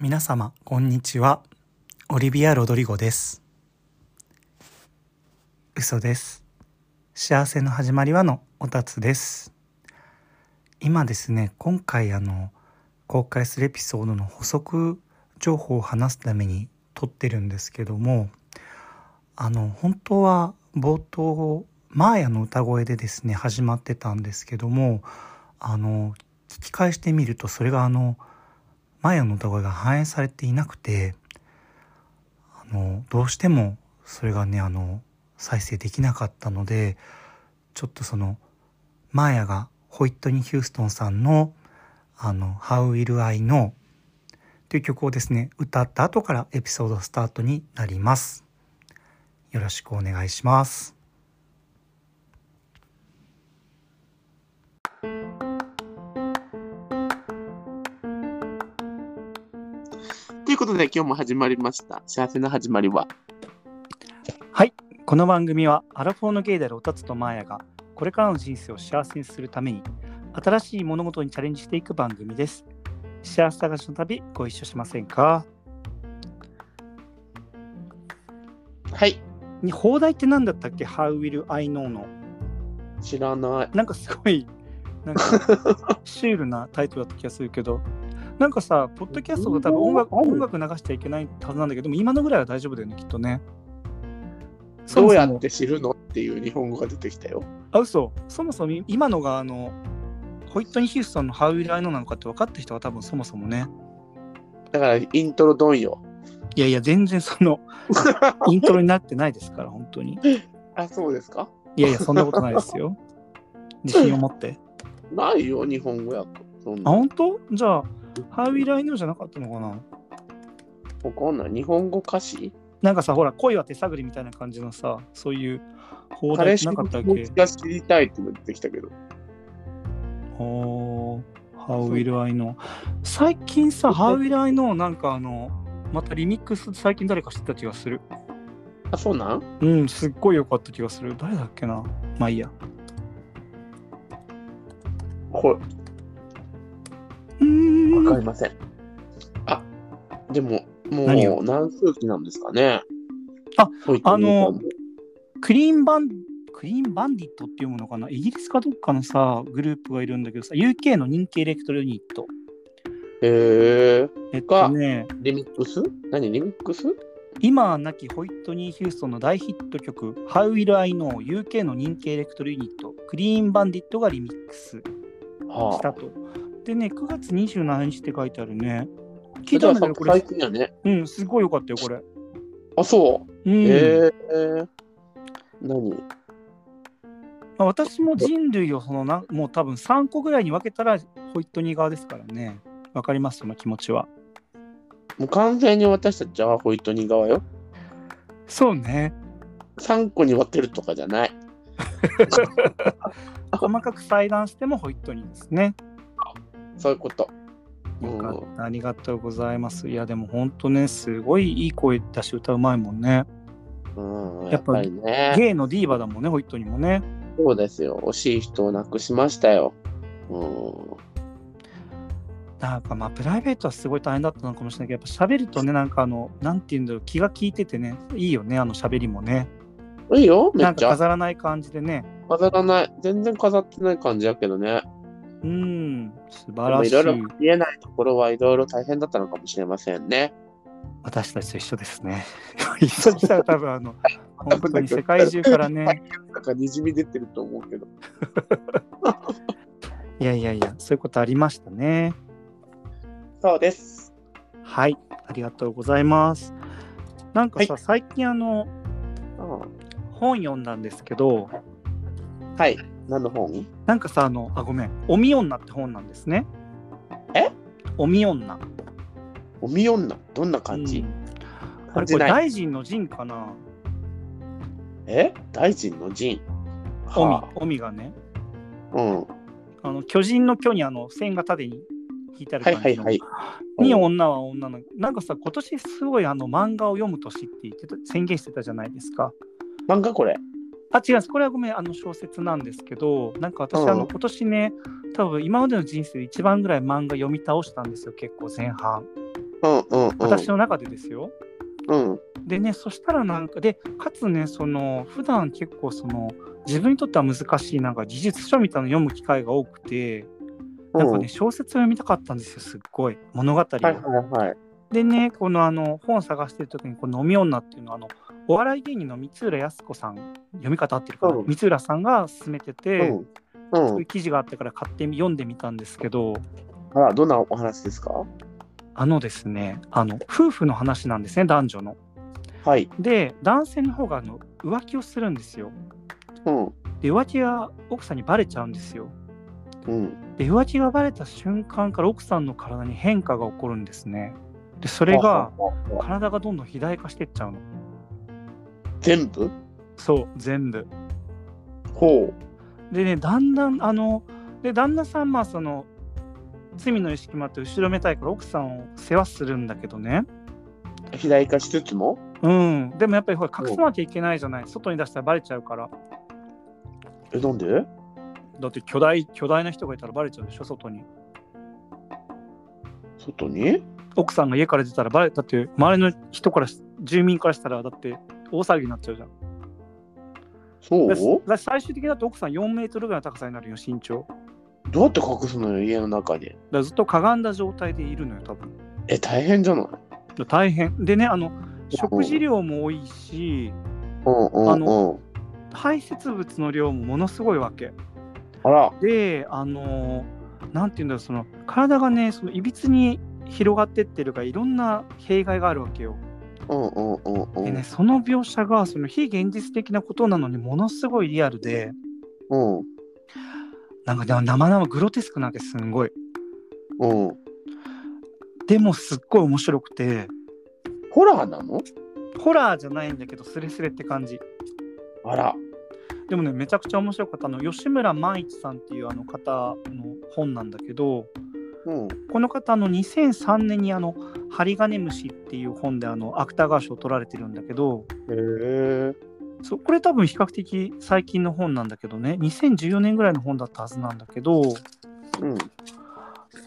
皆様、こんにちは。オリビア・ロドリゴです。嘘です。幸せの始まりはのおたつです。今ですね、今回あの、公開するエピソードの補足情報を話すために撮ってるんですけども、あの、本当は冒頭、マーヤの歌声でですね、始まってたんですけども、あの、聞き返してみると、それがあの、マヤの歌声が反映されていなくてあのどうしてもそれがねあの再生できなかったのでちょっとそのマーヤがホイットニー・ヒューストンさんの「あの How Will I Know」という曲をですね歌った後からエピソードスタートになります。よろしくお願いします。ということで今日も始まりました。幸せの始まりは。この番組はアラフォーのゲイであるオタツとマーヤがこれからの人生を幸せにするために新しい物事にチャレンジしていく番組です。幸せ探しの旅ご一緒しませんかはい。に放題って何だったっけ ?How will I know の。知らない。なんかすごい なんかシュールなタイトルだった気がするけどなんかさ、ポッドキャストが多分音楽うん音楽流しちゃいけないはずなんだけどでも今のぐらいは大丈夫だよねきっとね。どうやそもって知るのっていう日本語が出てきたよ。あ、嘘。そもそも今のがあの、ホイットニー・ヒューストンのハウイル・アイノなのかって分かった人は多分そもそもね。だからイントロドンよ。いやいや、全然その、イントロになってないですから、本当に。 あ、そうですかいやいや、そんなことないです よ。自信を持って。ないよ、日本語やと。そんあ、な。本当じゃあ、ハウイル・アイノじゃなかったのかなわかんない。日本語歌詞なんかさ、ほら、恋は手探りみたいな感じのさ、そういう放題彼じ氏ゃなかのったっ気持けちが知りたいって出てきたけど。ほー、ハウイル・アイノ。最近さ、ハウイル・アイノなんかあの、またリミックス最近誰か知ってた気がする。あ、そうなんうん、すっごい良かった気がする。誰だっけなまあいいや。こうれ、わんか。りません。あ、でも、何もをう何数期なんですかね。あ、ああのの、クリーンバン、クリーンバンディットっていうものかなイギリスかどっかのさ、グループがいるんだけどさ、UK の人気エレクトロユニット。へえ。えっとね、リミックス何リミックス今は亡きホイットニー・ヒューストンの大ヒット曲、How Will I Know UK の人気エレクトロユニット、クリーンバンディットがリミックスはしたと。でね、9月27日って書いてあるね。聞聞いいたたんだけど、これ、最近やね。うん、すごい良かったよ、これ。あ、そう。うん。えー、何まあ、私も人類をそのなもう多分3個ぐらいに分けたらホイットニー側ですからねわかりますその気持ちはもう完全に私たちはホイットニー側よ。そうね3個に分けるとかじゃない。細かく裁断してもホイットニーですねそういうこと。よかったありがとうございますいやでもほんとねすごいいい声だし歌うまいもんねうん、ややっっぱぱりりね。ゲイのディーバだもんねホイットニーもねそうですよ。惜しい人を亡くしましたよ。うん。なんかまあプライベートはすごい大変だったのかもしれないけどやっぱ喋るとねなんかあのなんていうんだろう気が利いててねいいよねあの喋りもねいいよ、めなっんちかゃ。飾らない感じでね飾らない。全然飾ってない感じやけどね。うん素で晴もらいしろいろい見えないところはいろいろ大変だったのかもしれませんね。私たちと一緒ですね。 一緒にしたら多分あの、本当に世界中からね、なんかにじみ出てると思うけど。いやいやいや、そういうことありましたね。そうです。はい、ありがとうございます。なんかさ、は最近あの、うん本読んだんですけど、はい。何の本なんかさ、あの、あ、ごめん、おみ女って本なんですね。えおみ女。おみ女。どんな感じ、うんあれ感これじない。大臣の陣かなえ大臣の陣。おみは、おみがね、あうん。あの、巨人の巨にあの、線が縦に引いてあるは感いじの。はいはい。に女は女のなんかさ今年すごいあの漫画を読む年って言ってた宣言してたじゃないですか漫画これ。あ違うこれはごめんあの小説なんですけどなんか私、うんあの今年ね多分今までの人生で一番ぐらい漫画読み倒したんですよ結構前半うんうんうん。私の中でですよ。うんでねそしたらなんかでかつねその普段結構その自分にとっては難しいなんか技術書みたいなの読む機会が多くてなんかね小説を読みたかったんですよすっごい物語を。はいはいはい。でねこのあの本を探してる時にこの「飲み女」っていうのはあのお笑い芸人の三浦靖子さん読み方合ってるかな、うん三浦さんが勧めてて、うんそうう。いうん記事があったから買ってみ読んでみたんですけどあら、どんなお話ですかあのですねあの夫婦の話なんですね男女の。はい。で男性の方があの浮気をするんですよ。うん。で浮気が奥さんにバレちゃうんですよ。うん。で浮気がバレた瞬間から奥さんの体に変化が起こるんですね。でそれがほうほうほうほう、体がどんどん肥大化してっちゃうの。全部そう全部。ほう。でねだんだんあので旦那さんまあその罪の意識もあって後ろめたいから奥さんを世話するんだけどね肥大化しつつもうんでもやっぱりほら隠さなきゃいけないじゃない外に出したらバレちゃうからえ、なんでだって巨大巨大な人がいたらバレちゃうでしょ外に外に奥さんが家から出たらバレだって周りの人からし住民からしたらだって大騒ぎになっちゃうじゃんそうだしだし最終的にだって奥さん4メートルぐらいの高さになるよ身長どうやって隠すのよ、家の中で。だからずっとかがんだ状態でいるのよ多分え、大変じゃないだから大変でねあの食事量も多いしうんうんうあん。あ排泄物の量もものすごいわけら、であのなんていうんだろうその体がねそのいびつに広がってってるからいろんな弊害があるわけようんうんうんうでねん。その描写がその非現実的なことなのにものすごいリアルでうんなんかね生々グロテスクなわけすんごいうん。でもすっごい面白くてホラーなのホラーじゃないんだけどスレスレって感じあら、でもねめちゃくちゃ面白かったあの吉村万一さんっていうあの方の本なんだけどうん。この方あの2003年にあの「針金虫」っていう本であの芥川賞を取られてるんだけどへえ。そうこれ多分比較的最近の本なんだけどね2014年ぐらいの本だったはずなんだけどうん。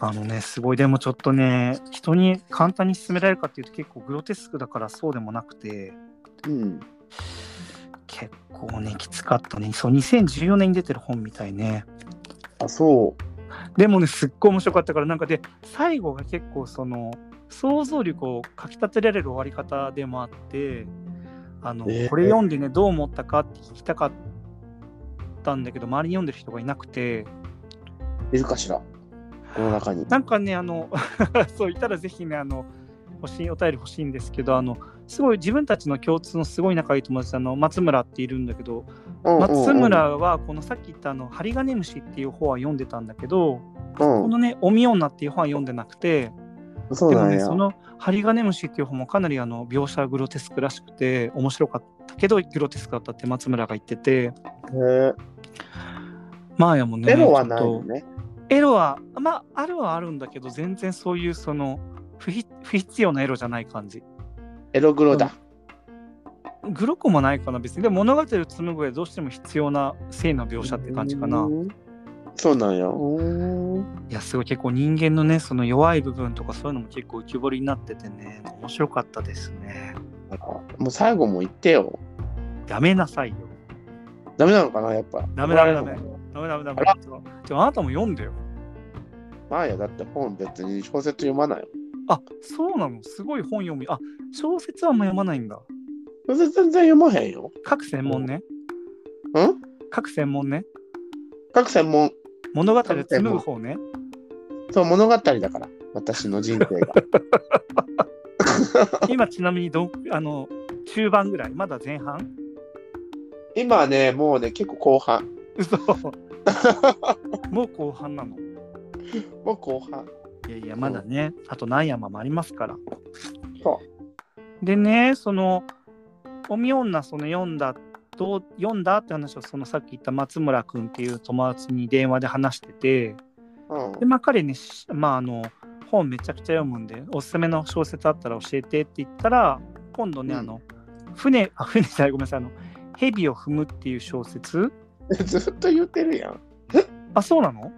あのねすごいでもちょっとね人に簡単に勧められるかっていうと結構グロテスクだからそうでもなくてうん。結構ねきつかったねそう2014年に出てる本みたいねあ、そでもねすっごい面白かったからなんかで最後が結構その想像力をかきたてられる終わり方でもあってあの、えーこれ読んでねどう思ったかって聞きたかったんだけど周りに読んでる人がいなくてう。いるかしらこの中に。なんかねあの そういたらぜひねあの欲しいお便り欲しいんですけどあのすごい自分たちの共通のすごい仲いい友達あの松村っているんだけどうんうんうん松。村はこのさっき言ったあの「針金虫」っていう本は読んでたんだけどうこん。のね「おみ女」っていう本は読んでなくてそうでもなんねやそ。の「針金虫」っていう本もかなりあの描写はグロテスクらしくて面白かったけどグロテスクだったって松村が言っててへマーヤもえ。ねエロはないちょのっとね。エロはまああるはあるんだけど全然そういうその不必不必要なエロじゃない感じエログロだ。グロくもないかな別にでも物語を紡ぐ上でどうしても必要な性の描写って感じかなうん。そうなんや。うん。いやすごい結構人間のねその弱い部分とかそういうのも結構浮き彫りになっててね面白かったですねあらもう最後も言ってよ。やめなさいよダメなのかな、やっぱ。ダメダメダメ怒られるのかなダメダメダメあらちょちょあなたも読んでよまあやだって本別に小説読まないよ。あそうなのすごい本読みあ小説はあんま読まないんだ小説全然読まへんよ。各専門ねうん各専門ね各専門、物語を紡ぐ方ねそう物語だから、私の人 生が。今ちなみにどんあの中盤ぐらいまだ前半今ね、もうね、結構後半。 嘘もう後半なのもう後半。いやいや、まだね、あと何山もありますから。そでね、その、おみ女、その読んだ、どう読んだって話を、そのさっき言った松村君っていう友達に電話で話してて、うん。で、まあ、彼ね、しまあ、あの、本めちゃくちゃ読むんで、おすすめの小説あったら教えてって言ったら、今度ね、うんあの、船、あ、船じゃない、ごめんなさい、あの、蛇を踏むっていう小説、 ずっと言ってるやん。あ、そうなの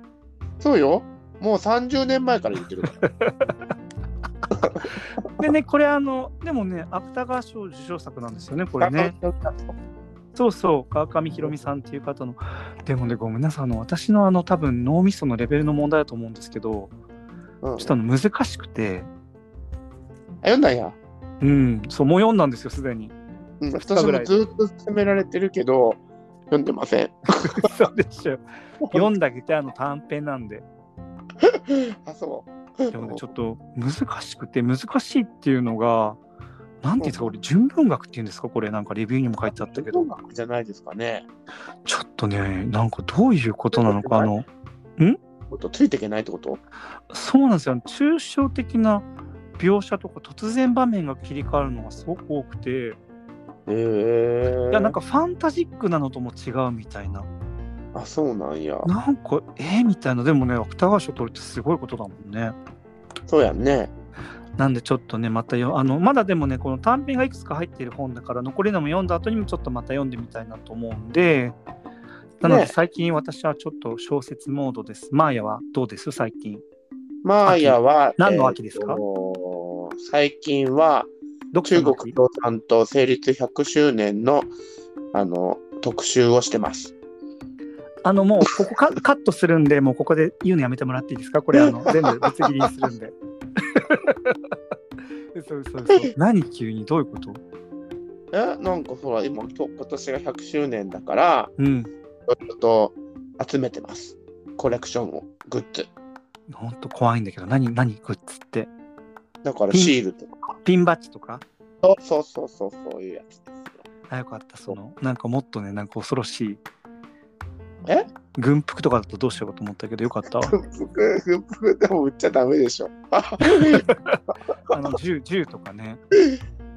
そうよ。もう30年前から言ってるから。でね、これあの、でもね、芥川賞受賞作なんですよね、これね。そうそう、川上ひろみさんっていう方の。でもね、ごめんなさい、あの私のあの多分脳みそのレベルの問題だと思うんですけど、うん、ちょっとあの難しくて、あ読んだんや。うん、そう、もう読んだんですよ、すでに。 うん、二日私ぐらもいずっと勧められてるけど、読んでません。そうでしょ。 読んだけて、あの短編なんで。あ、そう。でもね、ちょっと難しくて、難しいっていうのが、なんていうんですか、これ、純文学っていうんですか、これ、なんかレビューにも書いてあったけど音、楽じゃないですかね。ちょっとね、なんかどういうことなのか、あの、もっとついていけないってことそうなんですよ抽象的な描写とか突然場面が切り替わるのがすごく多くて、へえ。いやなんかファンタジックなのとも違うみたいなあ、そうなんや。なんかえー、みたいなでもね芥川賞取るってすごいことだもんねそうやんね。なんでちょっとねまたよあのまだでもねこの短編がいくつか入っている本だから残りのも読んだ後にもちょっとまた読んでみたいなと思うんでなのでね最近私はちょっと小説モードです。マーヤはどうです最近。マーヤは、何の秋ですかえーと最近は、読書中の国秋共産党成立100周年の、あの、特集をしてます。あのもうここカカットするんで、もうここで言うのやめてもらっていいですかこれあ の全部ぶつ切りにするんで。嘘嘘嘘。何急にどういうことえ、なんかほら、今、と今年が100周年だから、うん。ちょっと集めてます。コレクションを、グッズ。ほんと怖いんだけど、何何グッズって。だからピンシールとか。ピンバッジとかそうそうそうそう、そういうやつですよ。あ、よかった。その、なんかもっとね、なんか恐ろしい。え軍服とかだとどうしようかと思ったけど、よかったわ。 軍服、軍服でも売っちゃダメでしょ。あの銃、銃とかね。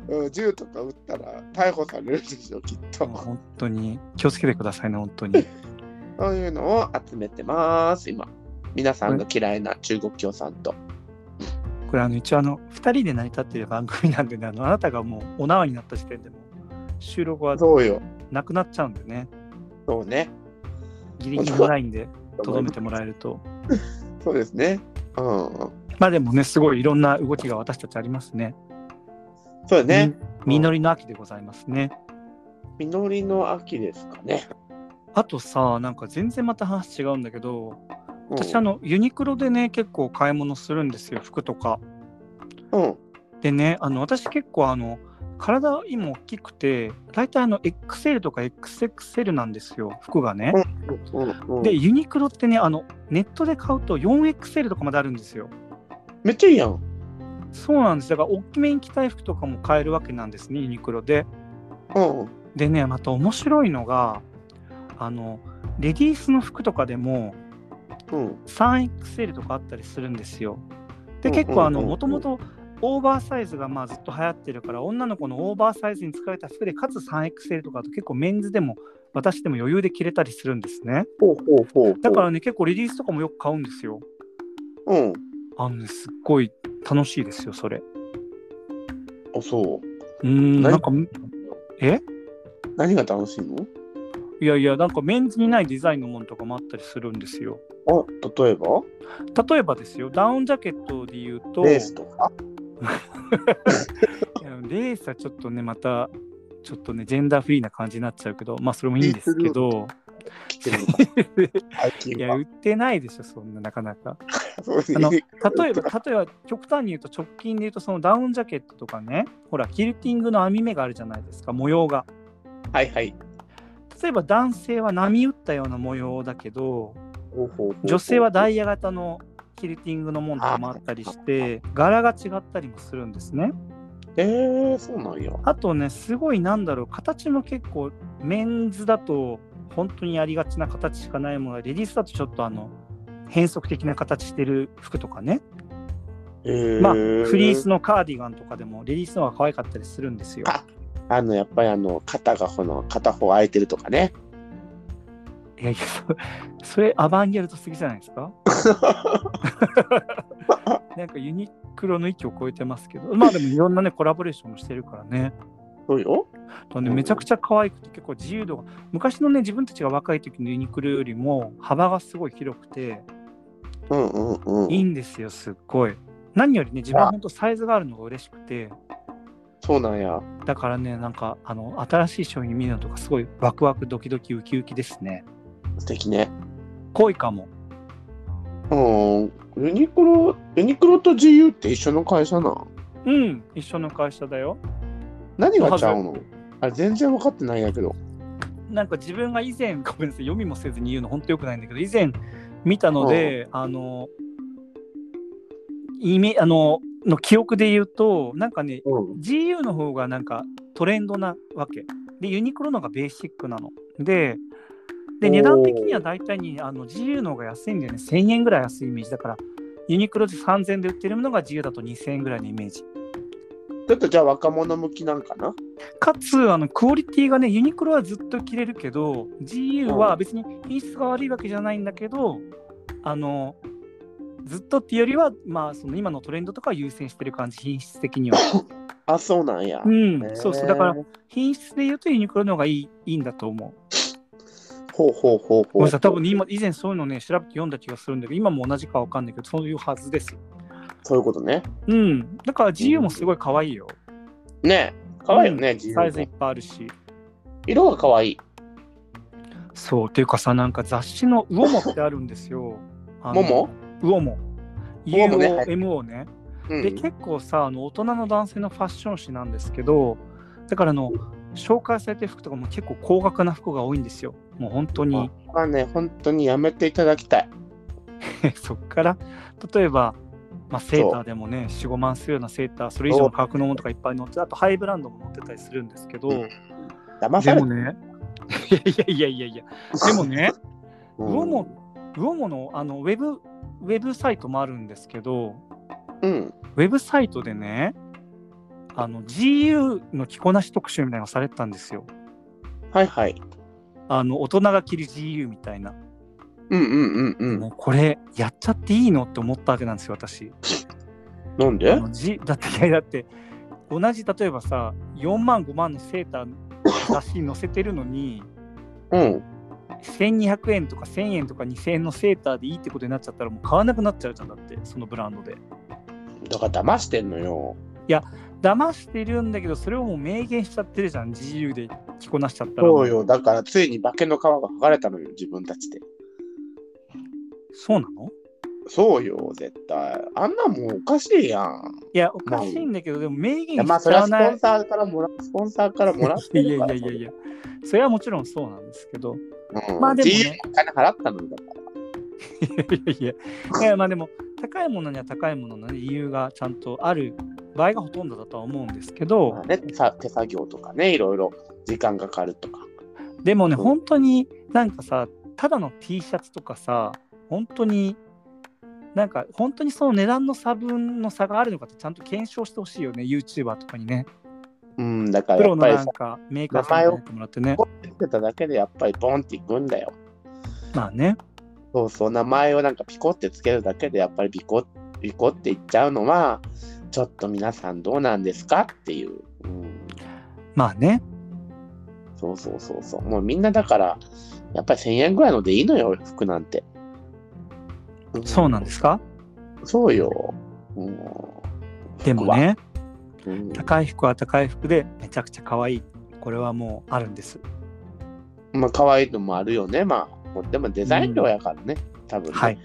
うん銃とか撃ったら逮捕されるでしょ、きっと。もう本当に気をつけてくださいね、本当に。そういうのを集めてます、今。皆さんが嫌いな中国共産党。これあの一応あの2人で成り立っている番組なんでねあのあなたがもうお縄になった時点でもう収録はそうよ。なくなっちゃうんでねそうね。ギリギリのラインでとどめてもらえるとそうですね。うんうん。まあでもねすごいいろんな動きが私たちありますねそうだね。み実りの秋でございますね実りの秋ですかね。あとさなんか全然また話違うんだけどうん私あのユニクロでね結構買い物するんですよ服とかうん。でねあの私結構あの体今大きくて大体あの XL とか XXL なんですよ服がね、うんうん、ででユニクロってねあのネットで買うと 4XL とかまであるんですよめっちゃいいやん。そうなんですだから大きめに着たい服とかも買えるわけなんですねユニクロでうん。うんでねまた面白いのがあのレディースの服とかでも。3XL とかあったりするんですよでうん結構あのうんもともとオーバーサイズがまあずっと流行ってるから女の子のオーバーサイズに使えた服でかつ 3XL とかだと結構メンズでも私でも余裕で着れたりするんですねほうほうほうほう。だからね結構レディースとかもよく買うんですようん。あのねすっごい楽しいですよそれあ、そう。うーん何なんかえ何が楽しいのいやいやなんかメンズにないデザインのものとかもあったりするんですよあ、例えば例えばですよダウンジャケットで言うとレース とか。いやレースはちょっとねまたちょっとねジェンダーフリーな感じになっちゃうけどまあそれもいいんですけど着てるのか最い近やは。売ってないでしょそんななかなかそうあのね例えば例えば極端に言うと直近で言うとそのダウンジャケットとかねほらキルティングの編み目があるじゃないですか模様がはいはい。例えば男性は波打ったような模様だけどほうほうほうほう女性はダイヤ型のキルティングのものとかもあったりして柄が違ったりもするんですねえー、そうなんや。あとねすごいなんだろう形も結構メンズだと本当にやりがちな形しかないものがレディースだとちょっとあの変則的な形してる服とかねえー、まあフリースのカーディガンとかでもレディースの方が可愛かったりするんですよああの、やっぱりあの、肩がこの、片方空いてるとかね。いやいやそそれアバンギャルドすぎじゃないですかなんかユニクロの域を超えてますけどまあでもいろんなねコラボレーションもしてるからねそうよ。とね、うんめちゃくちゃ可愛くて結構自由度が昔のね自分たちが若い時のユニクロよりも幅がすごい広くてうんうんうん。いいんですよすっごい何よりね、自分は本当サイズがあるのが嬉しくて、そうなんや。だからね、なんか、あの、新しい商品見るのとか、すごいワクワクドキドキウキウキですね。素敵ね。濃いかも。うん。ユニクロ、ユニクロと GU って一緒の会社なんうん、一緒の会社だよ。何がちゃうのあれ全然分かってないんやけど。なんか自分が以前、ごめんなさい、読みもせずに言うの本当よくないんだけど、以前見たので、あの、意味、あの、の記憶で言うと、なんかね、うん。 GU の方がなんかトレンドなわけ。で、ユニクロのがベーシックなの。で、でおー値段的には大体にあの GU の方が安いんだよね。1000円ぐらい安いイメージだから、ユニクロで3000円で売ってるのが GU だと2000円ぐらいのイメージ。ちょっとじゃあ若者向きなんかなかつ、あのクオリティがね、ユニクロはずっと着れるけど、GU は別に品質が悪いわけじゃないんだけど、あの、ずっとっていうよりは、まあ、その今のトレンドとかを優先してる感じ、品質的には。あ、そうなんや。うんへ、ーそうそう。だから、品質で言うとユニクロの方がいいいいんだと思う。ほうほうごめほうんほなさい、多う。分ね今以前そういうのね、調べて読んだ気がするんだけど、今も同じかわかんないけど、そういうはずです。そういうことね。うん。だから GU もすごい可愛いよ。ねえ。かわいいよね、GU サイズいっね。ぱいあるし。色がかわいい。そう、っていうかさ、なんか雑誌のウオモってあるんですよ。あのももウオモ。ウオモねはい UOMO ね。うで、ん。結構さ、あの大人の男性のファッション誌なんですけど、だからあの、紹介されてる服とかも結構高額な服が多いんですよ。もう本当に。まあね、本当にやめていただきたい。そこから例えば、まあ、セーターでもね45万するようなセーターそれ以上の価格のものとかいっぱい載ってあとハイブランドも載ってたりするんですけど、うん騙さでれもねいやいやいやいやいやた。でもねうウオん、モウオモのあのウェブウェブサイトもあるんですけどうん。ウェブサイトでねあの GU の着こなし特集みたいなのがされてたんですよはいはい。あの大人が着る GU みたいな、うんうんうんうん。もうこれやっちゃっていいのって思ったわけなんですよ私なんであのじ だっていやだって同じ例えばさ4万5万のセーター雑誌に載せてるのにうん。 1200円とか1000円とか2000円のセーターでいいってことになっちゃったらもう買わなくなっちゃうじゃんだってそのブランドでだから騙してんのよ。騙してるんだけどそれをもう明言しちゃってるじゃん自由で着こなしちゃったらそうよ。だからついに化けの皮が剥がれたのよ、自分たちで。そうなのそうよ、絶対。あんなもんおかしいやん。いやおかしいんだけどでも明い言やまあ、しそちれゃはわスないポンサーからもらスポンサーからもらっいてやいるやかいら。やいやそれはもちろんそうなんですけどうん、まあでもね GU にお金払ったのよだから。いやいやいや、いやまあでも、高いものには高いもののね理由がちゃんとある場合がほとんどだとは思うんですけまどあ、ね、手さ手作業とかね、いろいろ時間がかかるとか。でもね、そう本当になんかさ、ただの T シャツとかさ、本当に、なんか本当にその値段の差分の差があるのかってちゃんと検証してほしいよね、YouTuber とかにね。うん、だかプらやロっのぱりなさん、かメーカーさんにやってもらってね。こうやってただけでやっぱりボンっていくんだよ。まあね、そうそう、名前をなんかピコってつけるだけで、やっぱりピコ、ピコっていっちゃうのは、ちょっと皆さんどうなんですかっていう。うん、まあね。そうそうそうそう。もうみんなだから、やっぱり1000円ぐらいのでいいのよ、服なんて。そうなんですかそうよ。うん、でもね、服は、うん高い服は高い服でめちゃくちゃ可愛い。これはもうあるんです。まあ、可愛いのもあるよね。まあ、もうでもデザイン料やからね、多分、ね。はい。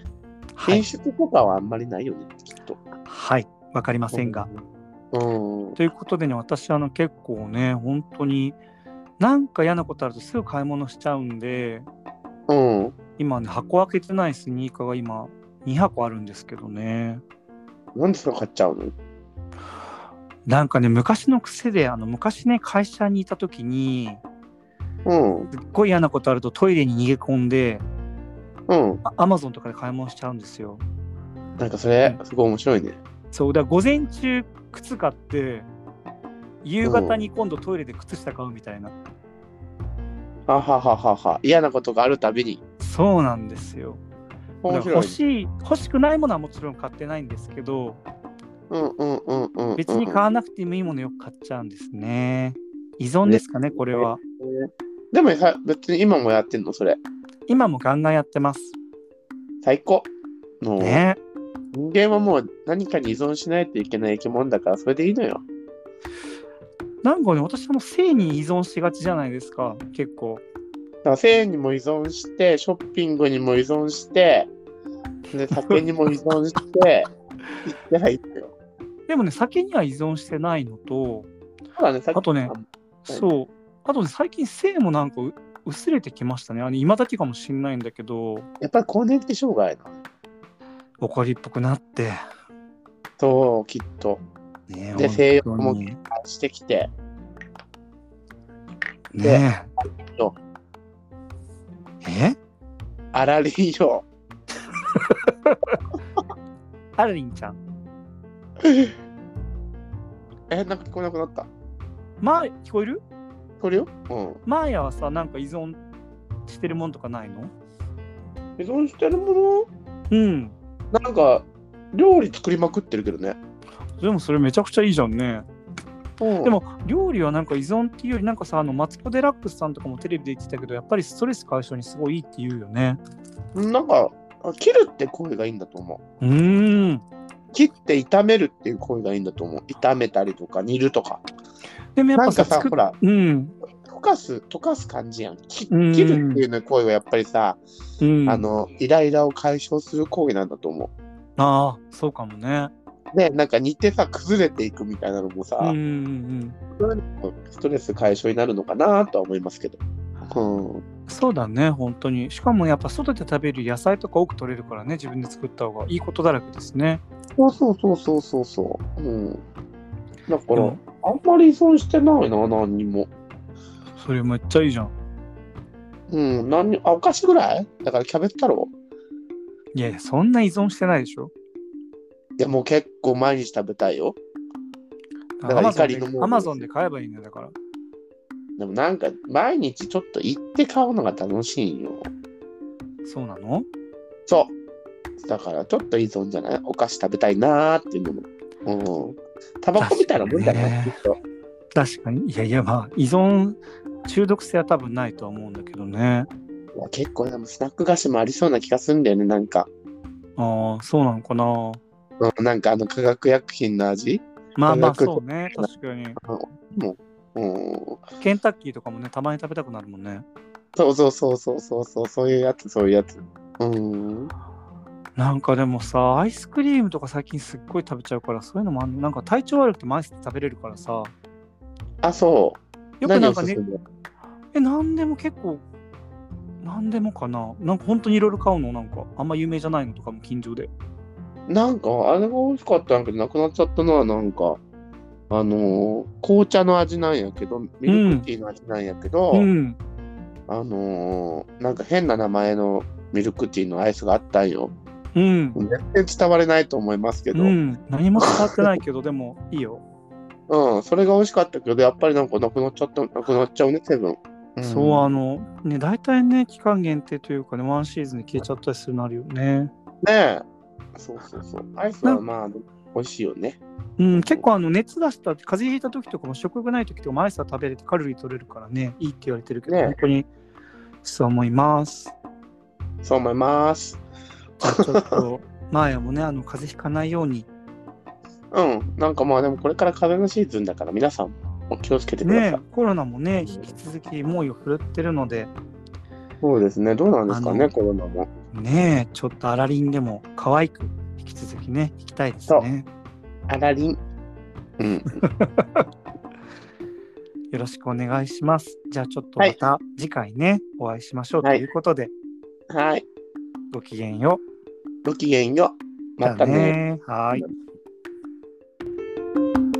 は品い。質とかはあんまりないよね、きっと。はい。わかりませんが。。うん。ということでね、私、あの、結構ね、本当に、なんか嫌なことあるとすぐ買い物しちゃうんで、うん。今ね、箱開けてないスニーカーが今、2箱あるんですけどね。なんでそれ買っちゃうのなんかね、昔の癖で、あの、昔ね、会社にいた時に、うん。すっごい嫌なことあるとトイレに逃げ込んで、うん。アマゾンとかで買い物しちゃうんですよ。なんかそれ、すごい面白いね。そう、だから午前中、靴買って、夕方に今度トイレで靴下買うみたいな。ははははは。嫌なことがあるたびに。そうなんですよ。面白い欲。しい欲しくないものはもちろん買ってないんですけどうんうんうんうんうん。別に買わなくてもいいものよく買っちゃうんですね依存ですかねこれはでもさ、別に今もやってんのそれ。今もガンガンやってます最高。もうね人間はもう何かに依存しないといけない生き物だからそれでいいのよ。なんかね、私、あの性に依存しがちじゃないですか、結構。だから性にも依存してショッピングにも依存してで酒にも依存して行ってはいいのよ。でもね、酒には依存してないのと、ただねさっきあとねはいそう、あとね、最近性もなんかう薄れてきましたね。あの今だけかもしんないんだけど、やっぱり更年期障害なの。怒りっぽくなって。そうきっとねで性欲も本当にしてきてねよえ。えあらりんよアラリンちゃん。えなんか聞こえなくなったまあ、聞こえるこれようんマーヤはさ、なんか依存してるもんとかないの依存してるもうん。のなんか料理作りまくってるけどね、でもそれめちゃくちゃいいじゃんね。うん、でも料理はなんか依存っていうよりなんかさあのマツコ・デラックスさんとかもテレビで言ってたけどやっぱりストレス解消にすごいいいって言うよね。なんかあ切るって声がいいんだと思うーん。う切って炒めるっていう声がいいんだと思う炒めたりとか煮るとかでもやっなぱんさかさ作ほっらうん。溶かす溶かす感じやんきうん切るっていうの声はやっぱりさ、うん、あのイライラを解消する行為なんだと思ああそうかもね。うでなんか煮てさ崩れていくみたいなのもさ、うんうんストレス解消になるのかなとは思いますけど。うん、うん。そうだね本当に。しかもやっぱ外で食べる野菜とか多く取れるからね自分で作った方がいいことだらけですね。そうそうそうそうそうそう。うん、だから、でもあんまり依存してないな、何にも。それめっちゃいいじゃん。うん、何にあお菓子ぐらいだからキャベツ太郎。いやいやそんな依存してないでしょ。いや、もう結構毎日食べたいよ。アだからマゾ怒ンりでのモードですアマゾンで買えばいいんだよだから。でもなんか、毎日ちょっと行って買うのが楽しいんよ。そうなのそう。だから、ちょっと依存じゃないお菓子食べたいなーっていうのも。うん。タバコみたいなもんじゃ確かにない、ねきっと確かにいやいやまあ依存中毒性は多分ないとは思うんだけどねいや結構でもスナック菓子もありそうな気がするんだよね、なんか。ああそうなのかなうん、なんかあの化学薬品の味まあまあ科学そうね確かにうん。ケンタッキーとかもねたまに食べたくなるもんねそうそうそうそうそうそう、そういうやつ、そういうやつ。うん。なんかでもさアイスクリームとか最近すっごい食べちゃうからそういうのもあんなんか体調悪くてもアイスって食べれるからさあ、そう。よくなんか何ねを勧めるえ何でも結構何でもかななんか本当にいろいろ買うのなんかあんま有名じゃないのとかも近所でなんか、あれが美味しかったんやけど、なくなっちゃったのは、なんか、あのー紅茶の味なんやけど、ミルクティーの味なんやけど、うんあのーなんか変な名前のミルクティーのアイスがあったんよ。うん全然伝われないと思いますけど、ううん、ん何も伝わってないけどでもいいよそれが美味しかったけど、やっぱりなんかなくなっちゃった、なくなっ ちゃうね、セブン。んそうあのね大体ね期間限定というかねワンシーズンに消えちゃったりするのあるよねねえ。そうそうそう。アイスはまあ、美味しいよね。うん結構あの熱出した風邪ひいた時とかも食欲ない時とかもアイスは食べれてカロリー取れるからねいいって言われてるけど、ね本当にそう思いますそう思います。じゃあちょっとマーヤもねあの風邪ひかないようにうん。なんかまあでもこれから風邪のシーズンだから皆さんお気をつけてください。ねコロナもね引き続き猛威を振るってるのでそうですね。どうなんですかあね、のコロナも。ねちょっとアラリンでも可愛く引き続きね行きたいですねあらりん。 うん。よろしくお願いしますじゃあちょっとまた次回ね、お会いしましょうとはいいうことで、はい。ごきげんよごきげんよう。う。またね。じゃあ。はーい。